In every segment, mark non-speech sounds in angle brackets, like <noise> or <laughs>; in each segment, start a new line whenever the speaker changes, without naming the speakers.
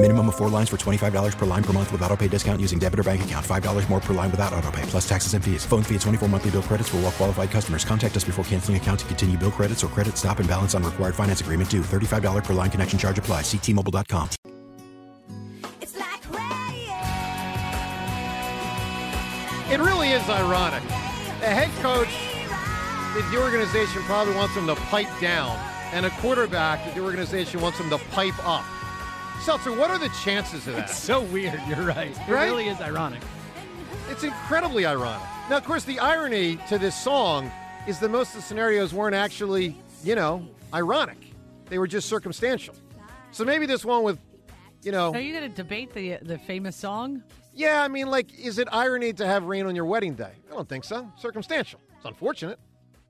Minimum of four lines for $25 per line per month with auto pay discount using debit or bank account. $5 more per line without auto pay, plus taxes and fees. Phone fee at 24 monthly bill credits for all well qualified customers. Contact us before canceling account to continue bill credits or credit stop and balance on required finance agreement due. $35 per line connection charge applies. Ctmobile.com.
It's like rain.
It really is ironic. The head coach that the organization probably wants him to pipe down, and a quarterback that the organization wants him to pipe up. Seltzer, what are the chances of that?
So weird. You're right. It
Right?
really is ironic.
It's incredibly ironic. Now, of course, the irony to this song is that most of the scenarios weren't actually, you know, ironic. They were just circumstantial. So maybe this one with, you
Oh.
know,
Are you going to debate the the famous song?
yeah, I mean, like, is it irony to have rain on your wedding day? I don't think so. Circumstantial. It's unfortunate.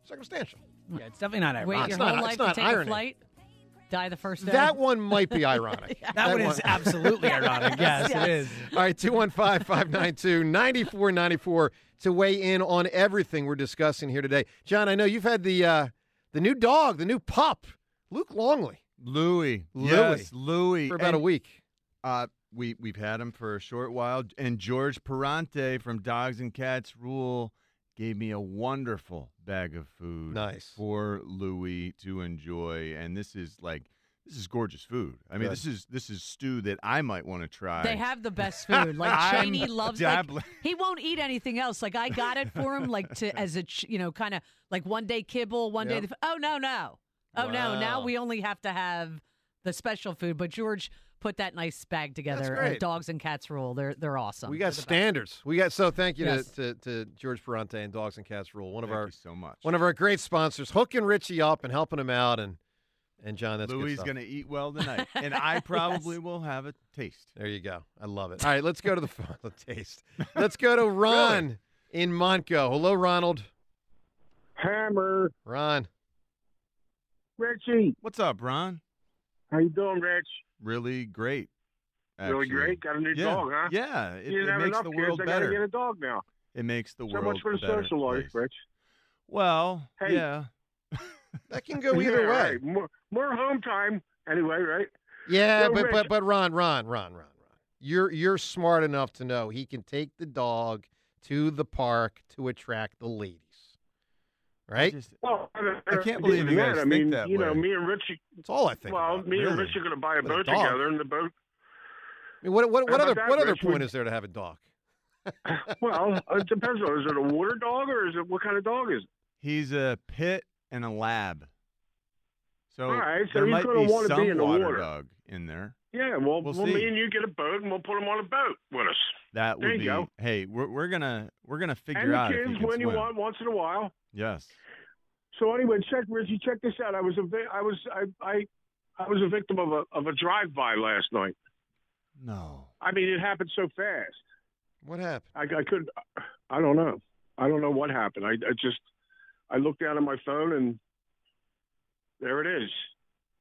Circumstantial.
Yeah, it's definitely not
Wait
ironic.
your
not-
whole
it's
life
not
to take
irony.
a flight, die the first day.
That one might
<laughs>
be ironic.
that, one
<laughs>
is absolutely
<laughs>
ironic. Yes, it is.
All right, 215 592 9494 to weigh in on everything we're discussing here today. John, I know you've had the uh, the new dog, the new pup, Luke Longley,
Louis.
Louis.
Yes, Louis.
for about a
And,
week.
Uh, we, we've had him for a short while. And George Perante from Dogs and Cats Rule gave me a wonderful bag of food
Nice.
for Louis to enjoy. And this is like, this is gorgeous food. I mean,
Good.
this is this is stew that I might want to try.
They have
<laughs>
the best food. Like
I'm
Cheney loves like,
dabbling.
he won't eat anything else. Like I got it for him like to as a ch- you know kind of like one day kibble, one day
Yep.
the f- oh no no. Oh no, now
Wow.
we only have to have the special food, but George put that nice bag together. uh,
great.
dogs and cats rule. They're they're awesome.
We got standards. We got so thank you
Yes.
to, to, to George Perante and Dogs and Cats Rule, one of
Thank
our
you so much.
one of our great sponsors, hooking Richie up and helping him out, and and John, that's
Louis
good
is
stuff.
going to eat well tonight, and
<laughs>
I probably will have a taste.
There you go. I love
<laughs>
it. All right, let's go to the final taste. Let's go to Ron in Monco. Hello, Ronald.
Hammer,
Ron.
Richie.
What's up, Ron?
How you doing, Rich?
Really great.
Really
actually.
great. Got a new
yeah.
dog, huh?
Yeah, it,
you
it
didn't have
makes
enough
the
kids.
world
I
better.
gotta get a dog now.
It makes the
so
world
much for the
a better
social life,
place.
Rich.
Well,
Hey.
yeah,
That can go
<laughs> Yeah,
either way.
right. More, more home time anyway, right?
Yeah,
Yo,
but, but
Rich.
but Ron, Ron, Ron, Ron, Ron. You're you're smart enough to know he can take the dog to the park to attract the ladies.
I
Right?
just-
Well,
I can't believe you guys
I
think
mean,
that
you know,
way.
me and Richie.
That's all I think.
Well,
about,
me and
really.
Rich are gonna buy a
With a
boat
dog.
together, and the boat.
I mean, what what,
How
what
about
other
that,
what other
Rich?
point
We-
is there to have a dog?
Well, it depends on is it a water dog or is it what kind of dog is it?
he's a pit and a lab. So
All right, so
there
he's
might
gonna
be
wanna be
some
in the
water,
water.
dog in there.
Yeah, well,
We'll
well,
see.
me and you get a boat, and we'll put him on a boat with us.
That
There
would
you
be.
go.
Hey, we're we're gonna we're gonna figure
and the
out if he
kids
can
when you
swim.
want, once in a while.
Yes.
So anyway, check Richie. Check this out. I was a vi- I was I I, I was a victim of a of a drive by last night.
No.
I mean, it happened so fast.
What happened?
I, I could I don't know. I don't know what happened. I, I just I looked down at my phone and there it is.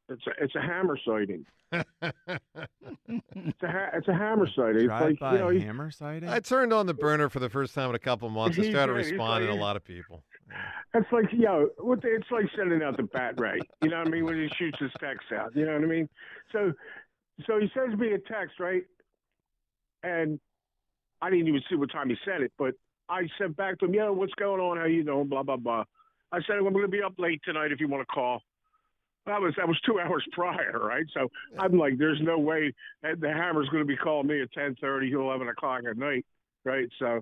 It's a, it's a hammer
<laughs>
sighting. It's a ha- it's a hammer sighting. It's
Drive
like
by
you know he's,
hammer sighting.
I turned on the burner for the first time in a
<laughs>
couple months. I
He's
started
right, he's
responding to a
right.
lot of people.
it's like yo, what the, it's like sending out the bat ray. You know what I mean? When he shoots his text out. You know what I mean? So so he sends me a text right, and I didn't even see what time he said it, but I sent back to him, yo, what's going on? How you doing? Blah blah blah. I said I'm going to be up late tonight if you want to call. That was that was two <laughs> hours prior, right? So I'm like, there's no way that the hammer's going to be calling me at 10:30, 11 o'clock at night, right? So,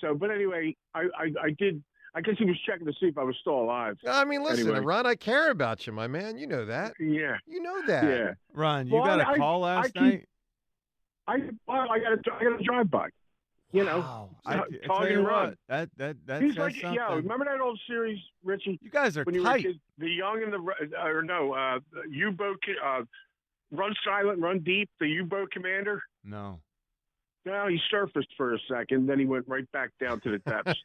so but anyway, I I, I did. I guess he was checking to see if I was still alive.
I mean, listen,
Anyway.
Ron, I care about you, my man. You know that.
Yeah,
You know that.
yeah.
Ron, you
Well,
got
I-
a call
I
last
keep-
night.
I well, I got a, I got a drive by. You know,
I, I
Tog
tell you
and
what,
run.
that that that
He's
says
like,
something.
yo, remember that old series, Richie?
You guys are
when you
tight.
Were kids, the young and the Ru- uh, or no, uh, U boat, uh, run silent, run deep. The U boat commander.
no.
Well, he surfaced for a second, then he went right back down to the
<laughs>
depths.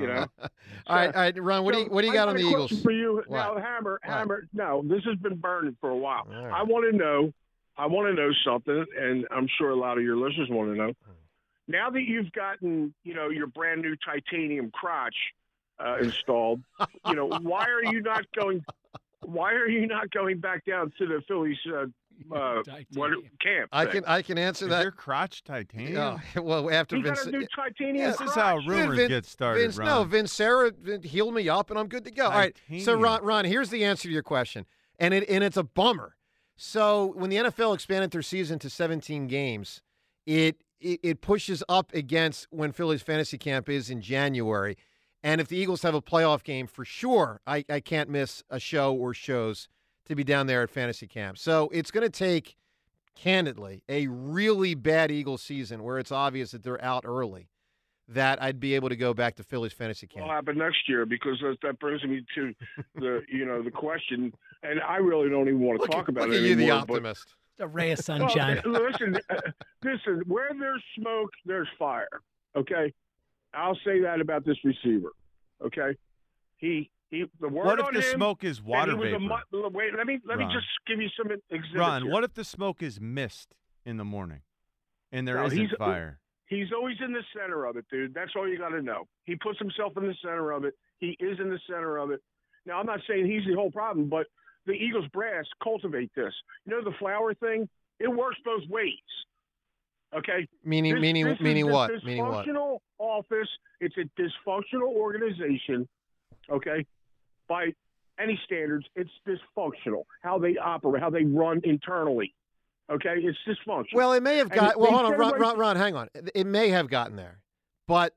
you know.
<laughs> All right, all right, Ron. What do you what do you
I
got on the
a question
Eagles?
For you
What?
now, Hammer, Hammer. No, this has been burning for a while. I want to know. I want to know something, and I'm sure a lot of your listeners want to know. Now that you've gotten, you know, your brand new titanium crotch uh,
<laughs>
installed, you know, why are you not going? Why are you not going back down to the Phillies uh, uh, what, camp?
I
thing?
can I can answer
Is
that.
your crotch titanium?
Yeah, <laughs> well, after
He got
Vince,
a new titanium
This is how
crotch.
rumors
Vin-
get started,
Vince,
Ron.
no, Vince Sarah Vin- healed me up, and I'm good to go. All right. So,
Titanium.
Ron, Ron, here's the answer to your question, and it and it's a bummer. So, when the NFL expanded their season to 17 games, it it, it pushes up against when Philly's fantasy camp is in January, and if the Eagles have a playoff game, for sure, I, I can't miss a show or shows to be down there at fantasy camp. So, it's going to take candidly, a really bad Eagles season where it's obvious that they're out early, that I'd be able to go back to Phillies fantasy camp.
will happen next year because that, that brings me to the you know the question, and I really don't even want to talk about
Look
it
at you, the
anymore, but-
optimist.
A ray of
Well,
sunshine.
listen, uh, listen. Where there's smoke, there's fire. Okay, I'll say that about this receiver. Okay, he he. The word
What if
on
the
him,
smoke is
that
water
he was a
vapor?
mu- wait, let me let me
Ron.
just give you some examples.
Ron, what if the smoke is mist in the morning, and there
No,
isn't
he's-
fire?
He's always in the center of it, dude. That's all you got to know. He puts himself in the center of it. He is in the center of it. Now, I'm not saying he's the whole problem, but the Eagles brass cultivate this. You know the flower thing? It works both ways. Okay.
Meaning- meaning-
this
meaning
is a
what? Meaning what?
Dysfunctional office. It's a dysfunctional organization. Okay. By any standards, it's dysfunctional. How they operate, how they run internally. Okay, it's dysfunctional.
Well, it may have
And
got. Well,
they
hold on,
said
Ron,
right-
Ron, Ron, hang on. It- It may have gotten there, but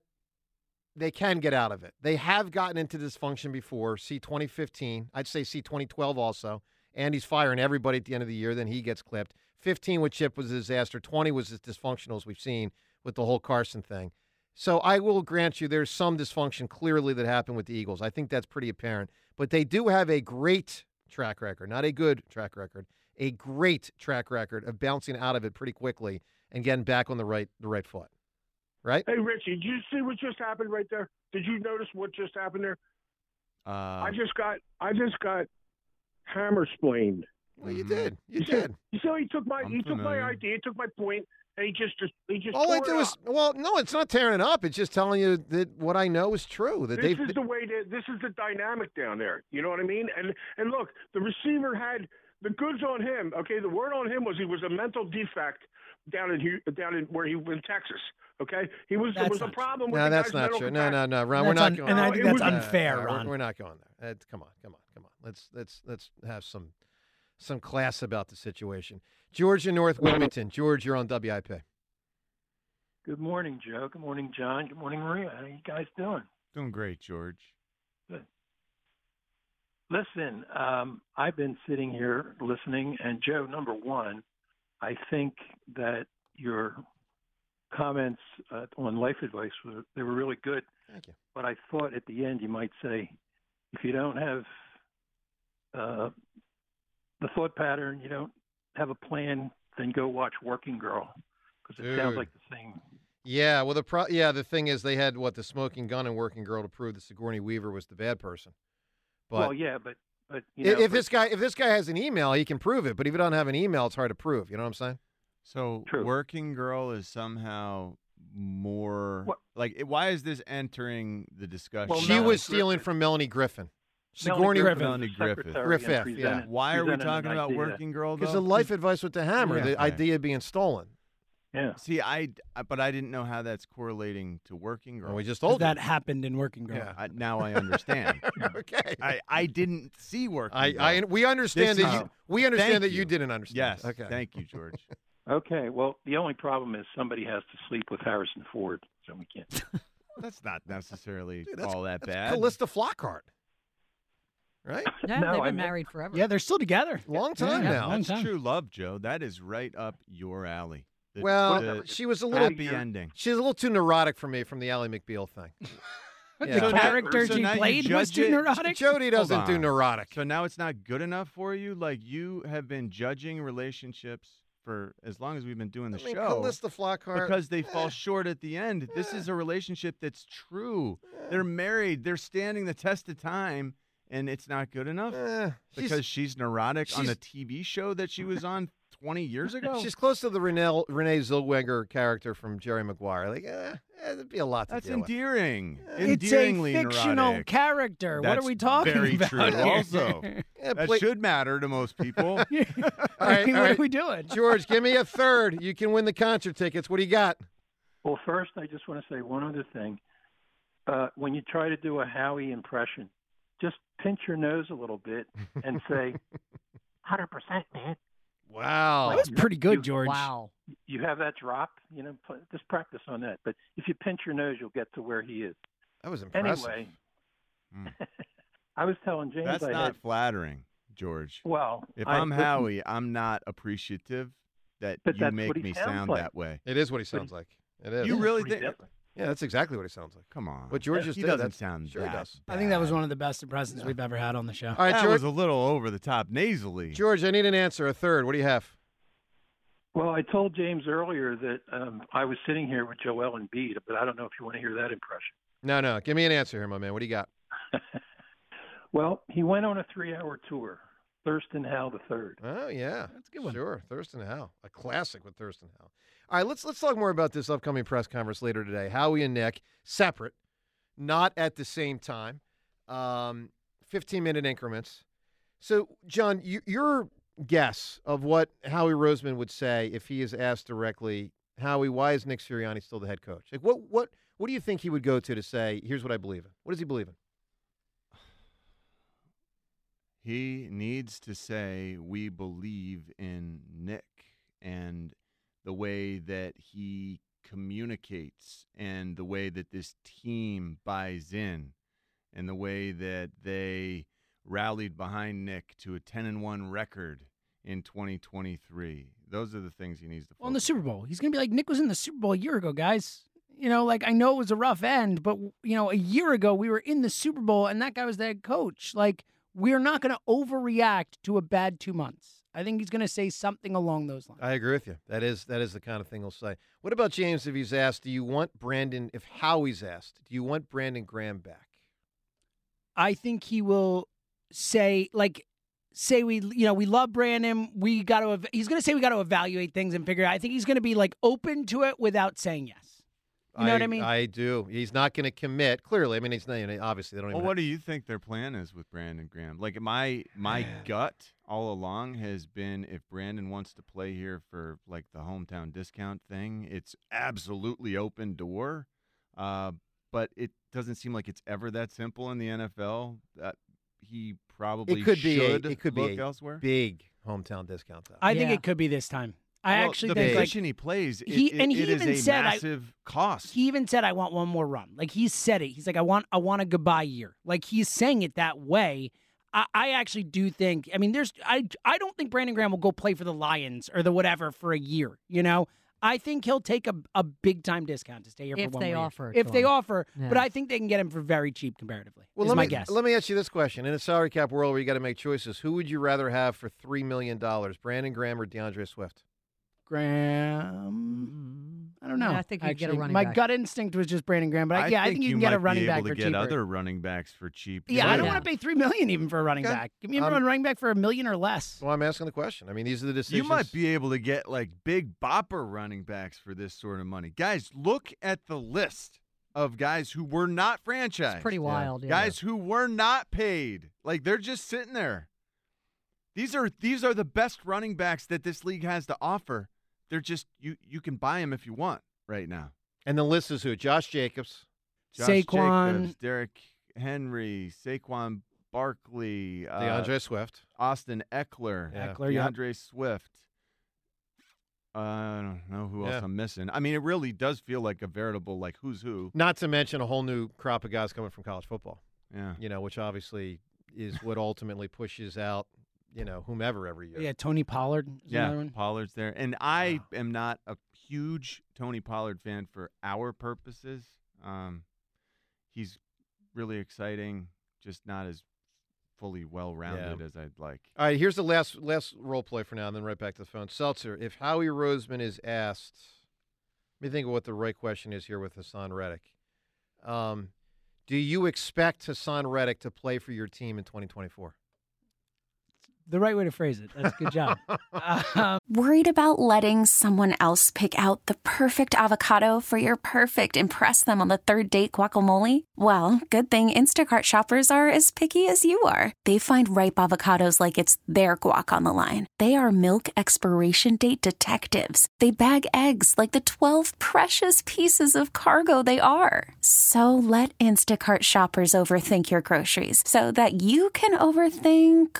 they can get out of it. They have gotten into dysfunction before. See 2015. I'd say see 2012 also. Andy's firing everybody at the end of the year. Then he gets clipped. 15 with Chip was a disaster. 20 was as dysfunctional as we've seen with the whole Carson thing. So I will grant you there's some dysfunction clearly that happened with the Eagles. I think that's pretty apparent. But they do have a great track record, not a good track record, a great track record of bouncing out of it pretty quickly and getting back on the right the right foot. Right?
Hey, Richie, did you see what just happened right there? Did you notice what just happened there?
Uh,
Um,
I just got, I just got hammer splained.
Well, you
<laughs>
did. You
see-
did.
You see, how he took my,
I'm
he took my
familiar.
idea, he took my point, and he just, just he just.
All I
tore it
do is
up.
well, no, it's not tearing it up. It's just telling you that what I know is true. That
This
they've
is the way that this is the dynamic down there. You know what I mean? And and look, the receiver had the goods on him. Okay, the word on him was he was a mental defect down in Hu- down in where he in Texas. Okay, he was there
That's
was a
not true.
problem. with
No,
the
that's
guy's
not
mental
true. No, no,
capacity.
no, Ron, we're
That's
not
un-
going.
and I
there.
think that's
No, no,
unfair,
no, we're-
Ron.
We're, not going there. Uh, come on, come on, come on. Let's let's let's have some some class about the situation. Georgia North Wilmington. George, you're on WIP.
Good morning, Joe. Good morning, John. Good morning, Maria. How you guys doing?
Doing great, George.
Good. Listen, um, I've been sitting here listening, and Joe, number one, I think that your comments uh, on life advice were they were really good.
Thank you.
But I thought at the end you might say, if you don't have uh, the thought pattern, you don't have a plan, then go watch Working Girl because it sounds
Dude.
like
<laughs>
the same
Yeah, well, the pro- yeah the thing is they had what the smoking gun and working girl to prove that Sigourney Weaver was the bad person. But
well, yeah, but but you
i-
know,
if
but-
this guy if this guy has an email, he can prove it. But if you don't have an email, it's hard to prove. You know what I'm saying?
So
True.
working girl is somehow more
What-
like it- why is this entering the discussion?
Well,
she
Melanie
was stealing
Griffith.
from Melanie Griffin.
Melanie
Sigourney
Griffith
Melanie
is the
Griffith.
secretary
Griffith, yeah.
and presented-
Why are we
presented an
talking about
idea.
working girl?
Because
though?
the life advice with the hammer,
Yeah.
the
Okay.
idea being stolen.
Yeah,
See, I but I didn't know how that's correlating to working girl.
And we just
'Cause
told
that
you.
happened in Working Girl.
Yeah.
I, now I <laughs>
<laughs>
understand.
okay.
I, I didn't see working.
I,
girl.
I, we understand
This
that
is-
you, we understand
Thank
that you.
you.
didn't understand.
yes.
Okay.
Thank you, George.
Okay, well, the only problem is somebody has to sleep with Harrison Ford, so we
<laughs>
can't.
that's not necessarily
<laughs>
Dude, that's,
all that
that's
bad.
Callista Flockhart. Right?
No,
No,
they've
I
been
meant-
married forever.
Yeah, they're still together.
Long time
Yeah,
now.
long
That's
time.
true love, Joe. That is right up your alley. the-
well,
the
she was a little
happy ending.
She's a little too neurotic for me from the Ally McBeal thing.
uh,
Yeah. So now- so now you judge it-
Jody doesn't
Hold
do
on.
neurotic.
So now it's not good enough for you. Like you have been judging relationships for as long as we've been doing the
I mean,
show.
Calista Flockhart-
because they
<sighs>
fall short at the end. This is a relationship that's
<sighs>
true. They're married. They're standing the test of time, and it's not good enough
she's-
Eh, because she's, neurotic on
she's-
the TV show that she was on 20 years ago.
She's close to the Renee, Renee Zellweger character from Jerry Maguire. Like, eh, eh, it'd be a lot to
That's
deal with. Eh,
endearing.
It's a
Endearingly
fictional
neurotic.
character. what
That's
are we talking
very
<laughs>
about?
true.
here?
<laughs> Also, that
Blake-
should matter to most <laughs> people.
<laughs> All right,
mean,
all
what are
right.
we doing?
George, give
<laughs>
me a third. You can win the concert tickets. What do you got?
Well, first, I just want to say one other thing. Uh, when you try to do a Howie impression, just pinch your nose a little bit
<laughs>
and say, 100%, man.
Wow.
Like,
Oh. That was
you-
pretty good, <sighs>
you-
George. Wow.
You have that drop, you know, pl- just practice on that. But if you pinch your nose, you'll get to where he is.
That was
impressive.
Anyway,
Hmm.
Mm.
<laughs> I was telling James
That's
I
not
had
flattering, George.
Well,
if
I-
I'm
listen-
Howie, I'm not appreciative that
But
you
that's what
make
he
me
sounds
sound
like.
that way.
It is what he sounds like. It is.
You really think?
Yeah, that's exactly what he sounds like.
Come on.
What George just
he
did,
doesn't
that's-
sound
sure he
that.
does.
I think that was one of the best impressions we've ever had on the show.
All right, that was a little over the top nasally.
George, I need an answer. A third. What do you have?
Well, I told James earlier that um, I was sitting here with Joel Embiid, but I don't know if you want to hear that impression.
No, no. Give me an answer here, my man. What do you got?
Well, he went on a three-hour tour. Thurston Howe the third.
Oh yeah, that's a good one. Sure, Thurston Howe, a classic with Thurston Howe. All right, let's let's talk more about this upcoming press conference later today. Howie and Nick separate, not at the same time. Um, Fifteen minute increments. So, John, you, your guess of what Howie Roseman would say if he is asked directly, Howie, why is Nick Sirianni still the head coach? Like, what what what do you think he would go to to say? Here's what I believe in. What does he believe in?
He needs to say, We believe in Nick and the way that he communicates and the way that this team buys in and the way that they rallied behind Nick to a 10 and 1 record in 2023. Those are the things he needs to
Well, in the Super Bowl, he's gonna be like Nick was in the Super Bowl a year ago, guys. You know, like I know it was a rough end, but you know, a year ago we were in the Super Bowl and that guy was the head coach. Like we're not gonna overreact to a bad two months. I think he's gonna say something along those lines.
I agree with you. That is that is the kind of thing he'll say. What about James if he's asked, do you want Brandon if Howie's asked, do you want Brandon Graham back?
I think he will say like say we you know we love Brandon. We got to ev- he's going to say we got to evaluate things and figure. out. I think he's going to be like open to it without saying yes. You know what I mean?
I do. He's not going to commit. Clearly, I mean, he's not. Obviously, they don't.
Well,
even
what do you think their plan is with Brandon Graham? Like my my gut all along has been if Brandon wants to play here for like the hometown discount thing, it's absolutely open door. Uh, but it doesn't seem like it's ever that simple in the NFL. Uh, he probably
it could be. A,
should
it could
look
be a
elsewhere.
Big hometown discount though.
I think it could be this time. I
Well,
actually
the
think like,
position he plays, it-
he
it-
and he
it is
even
a
said I-
massive cost.
He even said I want one more run. Like he said it. He's like I want I want a goodbye year. Like he's saying it that way. I, I actually do think. I mean, there's I I don't think Brandon Graham will go play for the Lions or the whatever for a year. You know. I think he'll take a, a big time discount to stay here
If
for one
they
more year.
offer it
If
to
they
him.
offer, but
Yeah.
I think they can get him for very cheap comparatively.
Well,
is
let
my
me
guess.
let me ask you this question: In a salary cap world where you got to make choices, who would you rather have for three million dollars, Brandon Graham or DeAndre Swift?
Graham. I don't know.
Mm-hmm. Yeah, I think you'd get a
actually.
running
my
back.
gut instinct was just Brandon Graham, but I,
I
yeah,
think
I think you
you
can get a
might
running
be
back
able
for
to get
cheaper.
other running backs for cheap.
Yeah, I
too.
don't want to pay three million even for a running
Okay.
back. Give me
Um,
a running back for a million or less.
Well, I'm asking the question. I mean, these are the decisions.
You might be able to get like big bopper running backs for this sort of money. Guys, look at the list of guys who were not franchised.
pretty Yeah. wild, yeah.
Guys who were not paid. Like they're just sitting there. These are these are the best running backs that this league has to offer. They're just you you can buy them if you want right now.
And the list is who: Josh Jacobs,
Josh
Saquon.
Jacobs, Derek Henry, Saquon Barkley,
DeAndre Swift.
Austin Uh, Eckler,
Yeah.
Eckler, yep.
DeAndre Swift. Uh, I don't know who
Yeah.
else I'm missing. I mean, it really does feel like a veritable like who's who.
Not to mention a whole new crop of guys coming from college football.
Yeah.
You know, which obviously is what ultimately pushes out, you know, whomever every year.
Yeah, Tony Pollard. Is another
Yeah,
one.
Pollard's there, and I am not a huge Tony Pollard fan for our purposes. Um, he's really exciting, just not as fully well rounded
Yeah.
as I'd like.
All right, here's the last last role play for now, and then right back to the phone. Seltzer, if Howie Roseman is asked, let me think of what the right question is here with Hassan Reddick. Um, do you expect Hassan Reddick to play for your team in 2024?
The right way to phrase it. That's a
<laughs>
good job. um,
Worried about letting someone else pick out the perfect avocado for your perfect impress them on the third date guacamole? Well, good thing Instacart shoppers are as picky as you are. They find ripe avocados like it's their guac on the line. They are milk expiration date detectives. They bag eggs like the 12 precious pieces of cargo they are. So let Instacart shoppers overthink your groceries so that you can overthink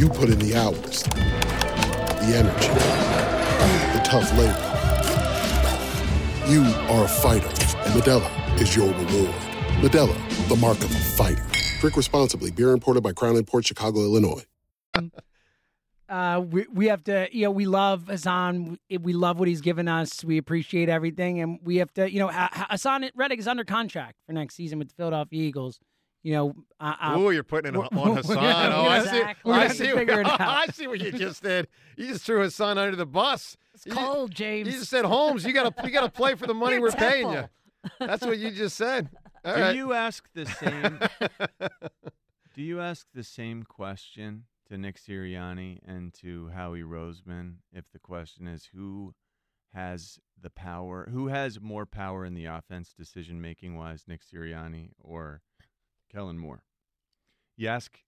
You put in the hours, the energy, the tough labor. You are a fighter, and Medella is your reward. Medella, the mark of a fighter. Drink responsibly. Beer imported by Crown Port Chicago, Illinois.
uh, we we have to, you know, we love Hassan. We- We love what he's given us. We appreciate everything, and we have to, you know, Ha- Ha- Hassan Reddick is under contract for next season with the Philadelphia Eagles. You know, uh, uh,
Ooh, you're putting it on
we're- <laughs>
on Hassan.
we're-
Oh, I see.
We're gonna
I
have to
see.
figure it
<laughs>
out.
I see what you just did. You just threw Hassan under the bus. It's
cold, James.
You just said, Holmes, you got to you got to play for the money
You're
we're paying you.
temple.
That's what you just
<laughs>
said. All
do
right.
you ask
<laughs>
the same? do you ask the same question to Nick Sirianni and to Howie Roseman if the question is who has the power, who has more power in the offense decision making wise, Nick Sirianni or Kellen Moore? You ask.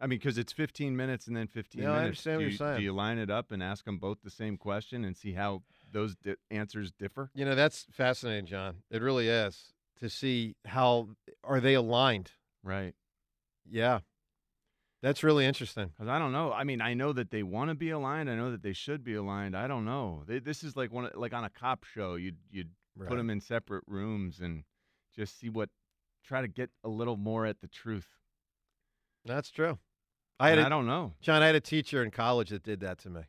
I mean, because it's 15 minutes and then 15
No, I
minutes.
understand what
do
you're
you,
saying.
Do you line it up and ask them both the same question and see how those di- answers differ?
You know, that's fascinating, John. It really is to see how are they aligned.
Right.
Yeah. That's really interesting.
Because I don't know. I mean, I know that they want to be aligned. I know that they should be aligned. I don't know. They, this is like one of- like on a cop show. You'd you'd put
Right.
them in separate rooms and just see what try to get a little more at the truth.
That's true.
And
a-
I don't know.
John, I had a teacher in college that did that to me.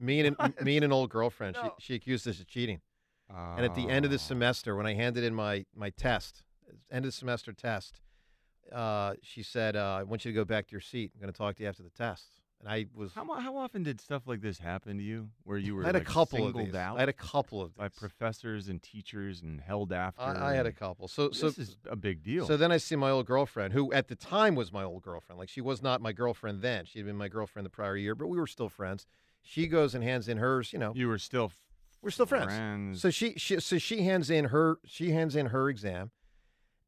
Me
<laughs>
and an, me and an old girlfriend. She, she accused us of cheating. And at the end
Ah.
of the semester, when I handed in my my test, end of the semester test, uh, she said, uh, "I want you to go back to your seat. I'm going to talk to you after the test." And I was
How mu- how often did stuff like this happen to you, where you were
I had a
like,
couple of
singled
these.
out
I had a couple of
by professors and teachers and held after?
I, I had a
and-
couple. So,
Um, this
so
is a big deal.
So then I see my old girlfriend, who at the time was my old girlfriend. Like she was not my girlfriend then; she had been my girlfriend the prior year, but we were still friends. She goes and hands in hers. You know,
you were still
we're still friends.
friends.
So she, she so she hands in her she hands in her exam,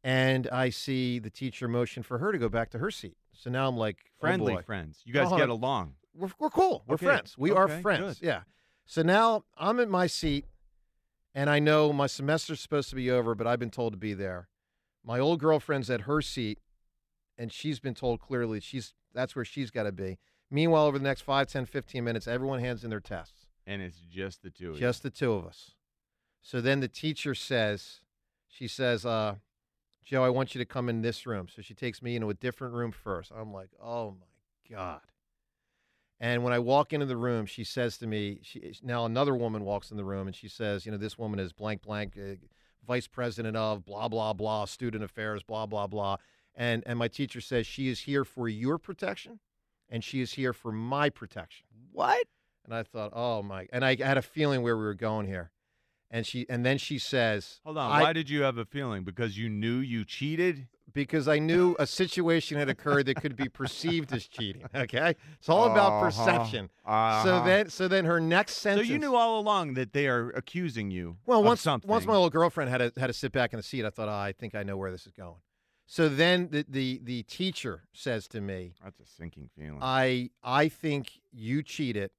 and I see the teacher motion for her to go back to her seat. So now I'm like oh
friendly
boy. Oh,
friends. You
No,
guys
hold
get
on.
along.
We're, we're cool. We're
Okay.
friends. We are
Okay,
friends.
good.
Yeah. So now I'm in my seat, and I know my semester's supposed to be over, but I've been told to be there. My old girlfriend's at her seat, and she's been told clearly she's that's where she's got to be. Meanwhile, over the next 5, 10, 15 minutes, everyone hands in their tests.
And it's just the two. of you.
Just the two of us. So then the teacher says, she says, uh, Joe, I want you to come in this room. So she takes me into a different room first. I'm like, oh my God. And when I walk into the room, she says to me, she, now another woman walks in the room and she says, you know, this woman is blank, blank, uh, vice president of blah, blah, blah, student affairs, blah, blah, blah. And, and my teacher says, she is here for your protection and she is here for my protection.
What?
And I thought, oh my! And I had a feeling where we were going here. and she and then she says,
Hold on.
I-
why did you have a feeling? Because you knew you cheated?
because I knew a situation had occurred that could be perceived as cheating. <laughs> Okay, it's all about
Uh-huh.
perception. So
Uh-huh.
then, so then her next sentence.
So you knew all along that they are accusing you
Well,
of
once
something.
once my little girlfriend had to, had to sit back in the seat, I thought, "Ah, I think I know where this is going. So then the the, the teacher says to me,
That's a sinking feeling.
I I think you cheated,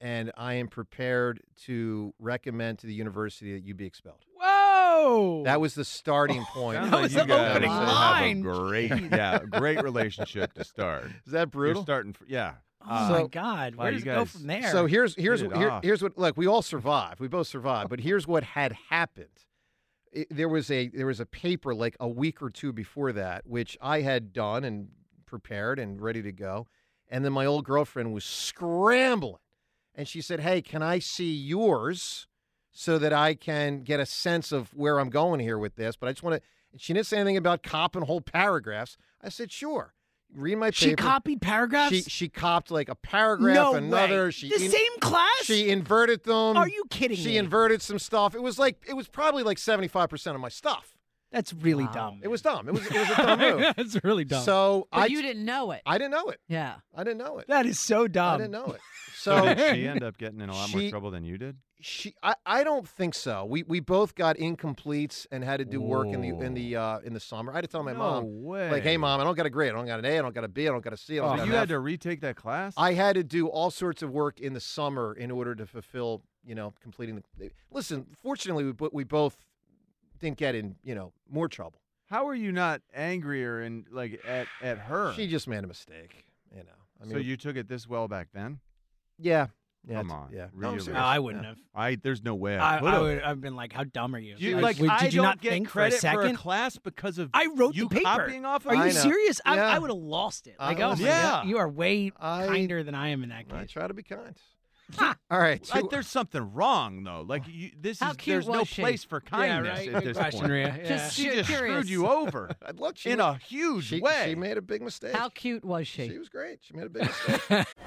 and I am prepared to recommend to the university that you be expelled.
Whoa!
That was the starting point.
<laughs> Sounds like you guys have
line.
a great, yeah, great relationship to start.
Is that brutal?
You're starting, fr- yeah. Uh,
Oh my God,
wow,
where
you
does it go
guys-
from there?
So here's here's
Hit it
here-
off.
here's what look we all survived. We both survived, but here's what had happened. It- there was a there was a paper like a week or two before that, which I had done and prepared and ready to go, and then my old girlfriend was scrambling, and she said, "Hey, can I see yours?" So that I can get a sense of where I'm going here with this, but I just want to. She didn't say anything about copping whole paragraphs. I said, "Sure, read my
She
paper."
copied paragraphs.
She she copped like a paragraph,
No
another.
way.
She
The same class?
She inverted them.
Are you kidding
She
me?
inverted some stuff. It was like it was probably like seventy five percent of my stuff.
That's really dumb.
It was dumb. It was it was
<laughs>
a dumb move.
That's really dumb.
So
But
I
you didn't know it.
I didn't know it.
Yeah.
I didn't know it.
that is so dumb.
I didn't know it.
<laughs>
So,
So
did she
<laughs>
end up getting in a lot
She-
more trouble than you did?
she I, I don't think so. We we both got incompletes and had to do work in the in the uh, in the summer. I had to tell my
No
mom like, hey
way.
mom, I don't got a grade. I don't got an A. I don't got a B. I don't got a
Oh,
C. I don't
So
got
you
an F.
had to retake that class?
I had to do all sorts of work in the summer in order to fulfill, you know, completing the. Listen, fortunately, we, bo- we both didn't get in, you know, more trouble.
How are you not angrier and like at at her?
She just made a mistake, you know. I mean,
so you took it this well back then?
yeah, yeah,
Come
it's-
on,
yeah.
really?
serious.
No, I wouldn't
Yeah.
have.
I there's no way I,
I,
would
I
have.
would have been like, "How dumb are you?
You
Like,
like,
w-
I
did you
don't
not
get
think for a
credit
second?
class because of
I wrote
you
the paper.
copying off. Of
Are
I
you
know.
serious? I,
Yeah.
I would have lost it.
I
Like, oh
was-
my
Yeah.
god, you are way
I-
kinder than I am in that
I
<laughs>
case.
try to be kind. all right,
Like,
two-
there's something wrong though. Like you, this
How
is
cute
there's no
was she?
place for kindness
right.
at
Good
this
question,
point.
Rhea. Yeah.
Just
<laughs> She
cu-
just
curious.
screwed you over
<laughs>
I'd love she
in
was-
a huge
she,
way.
She made a big mistake.
How cute was she?
She was great. She made a big mistake.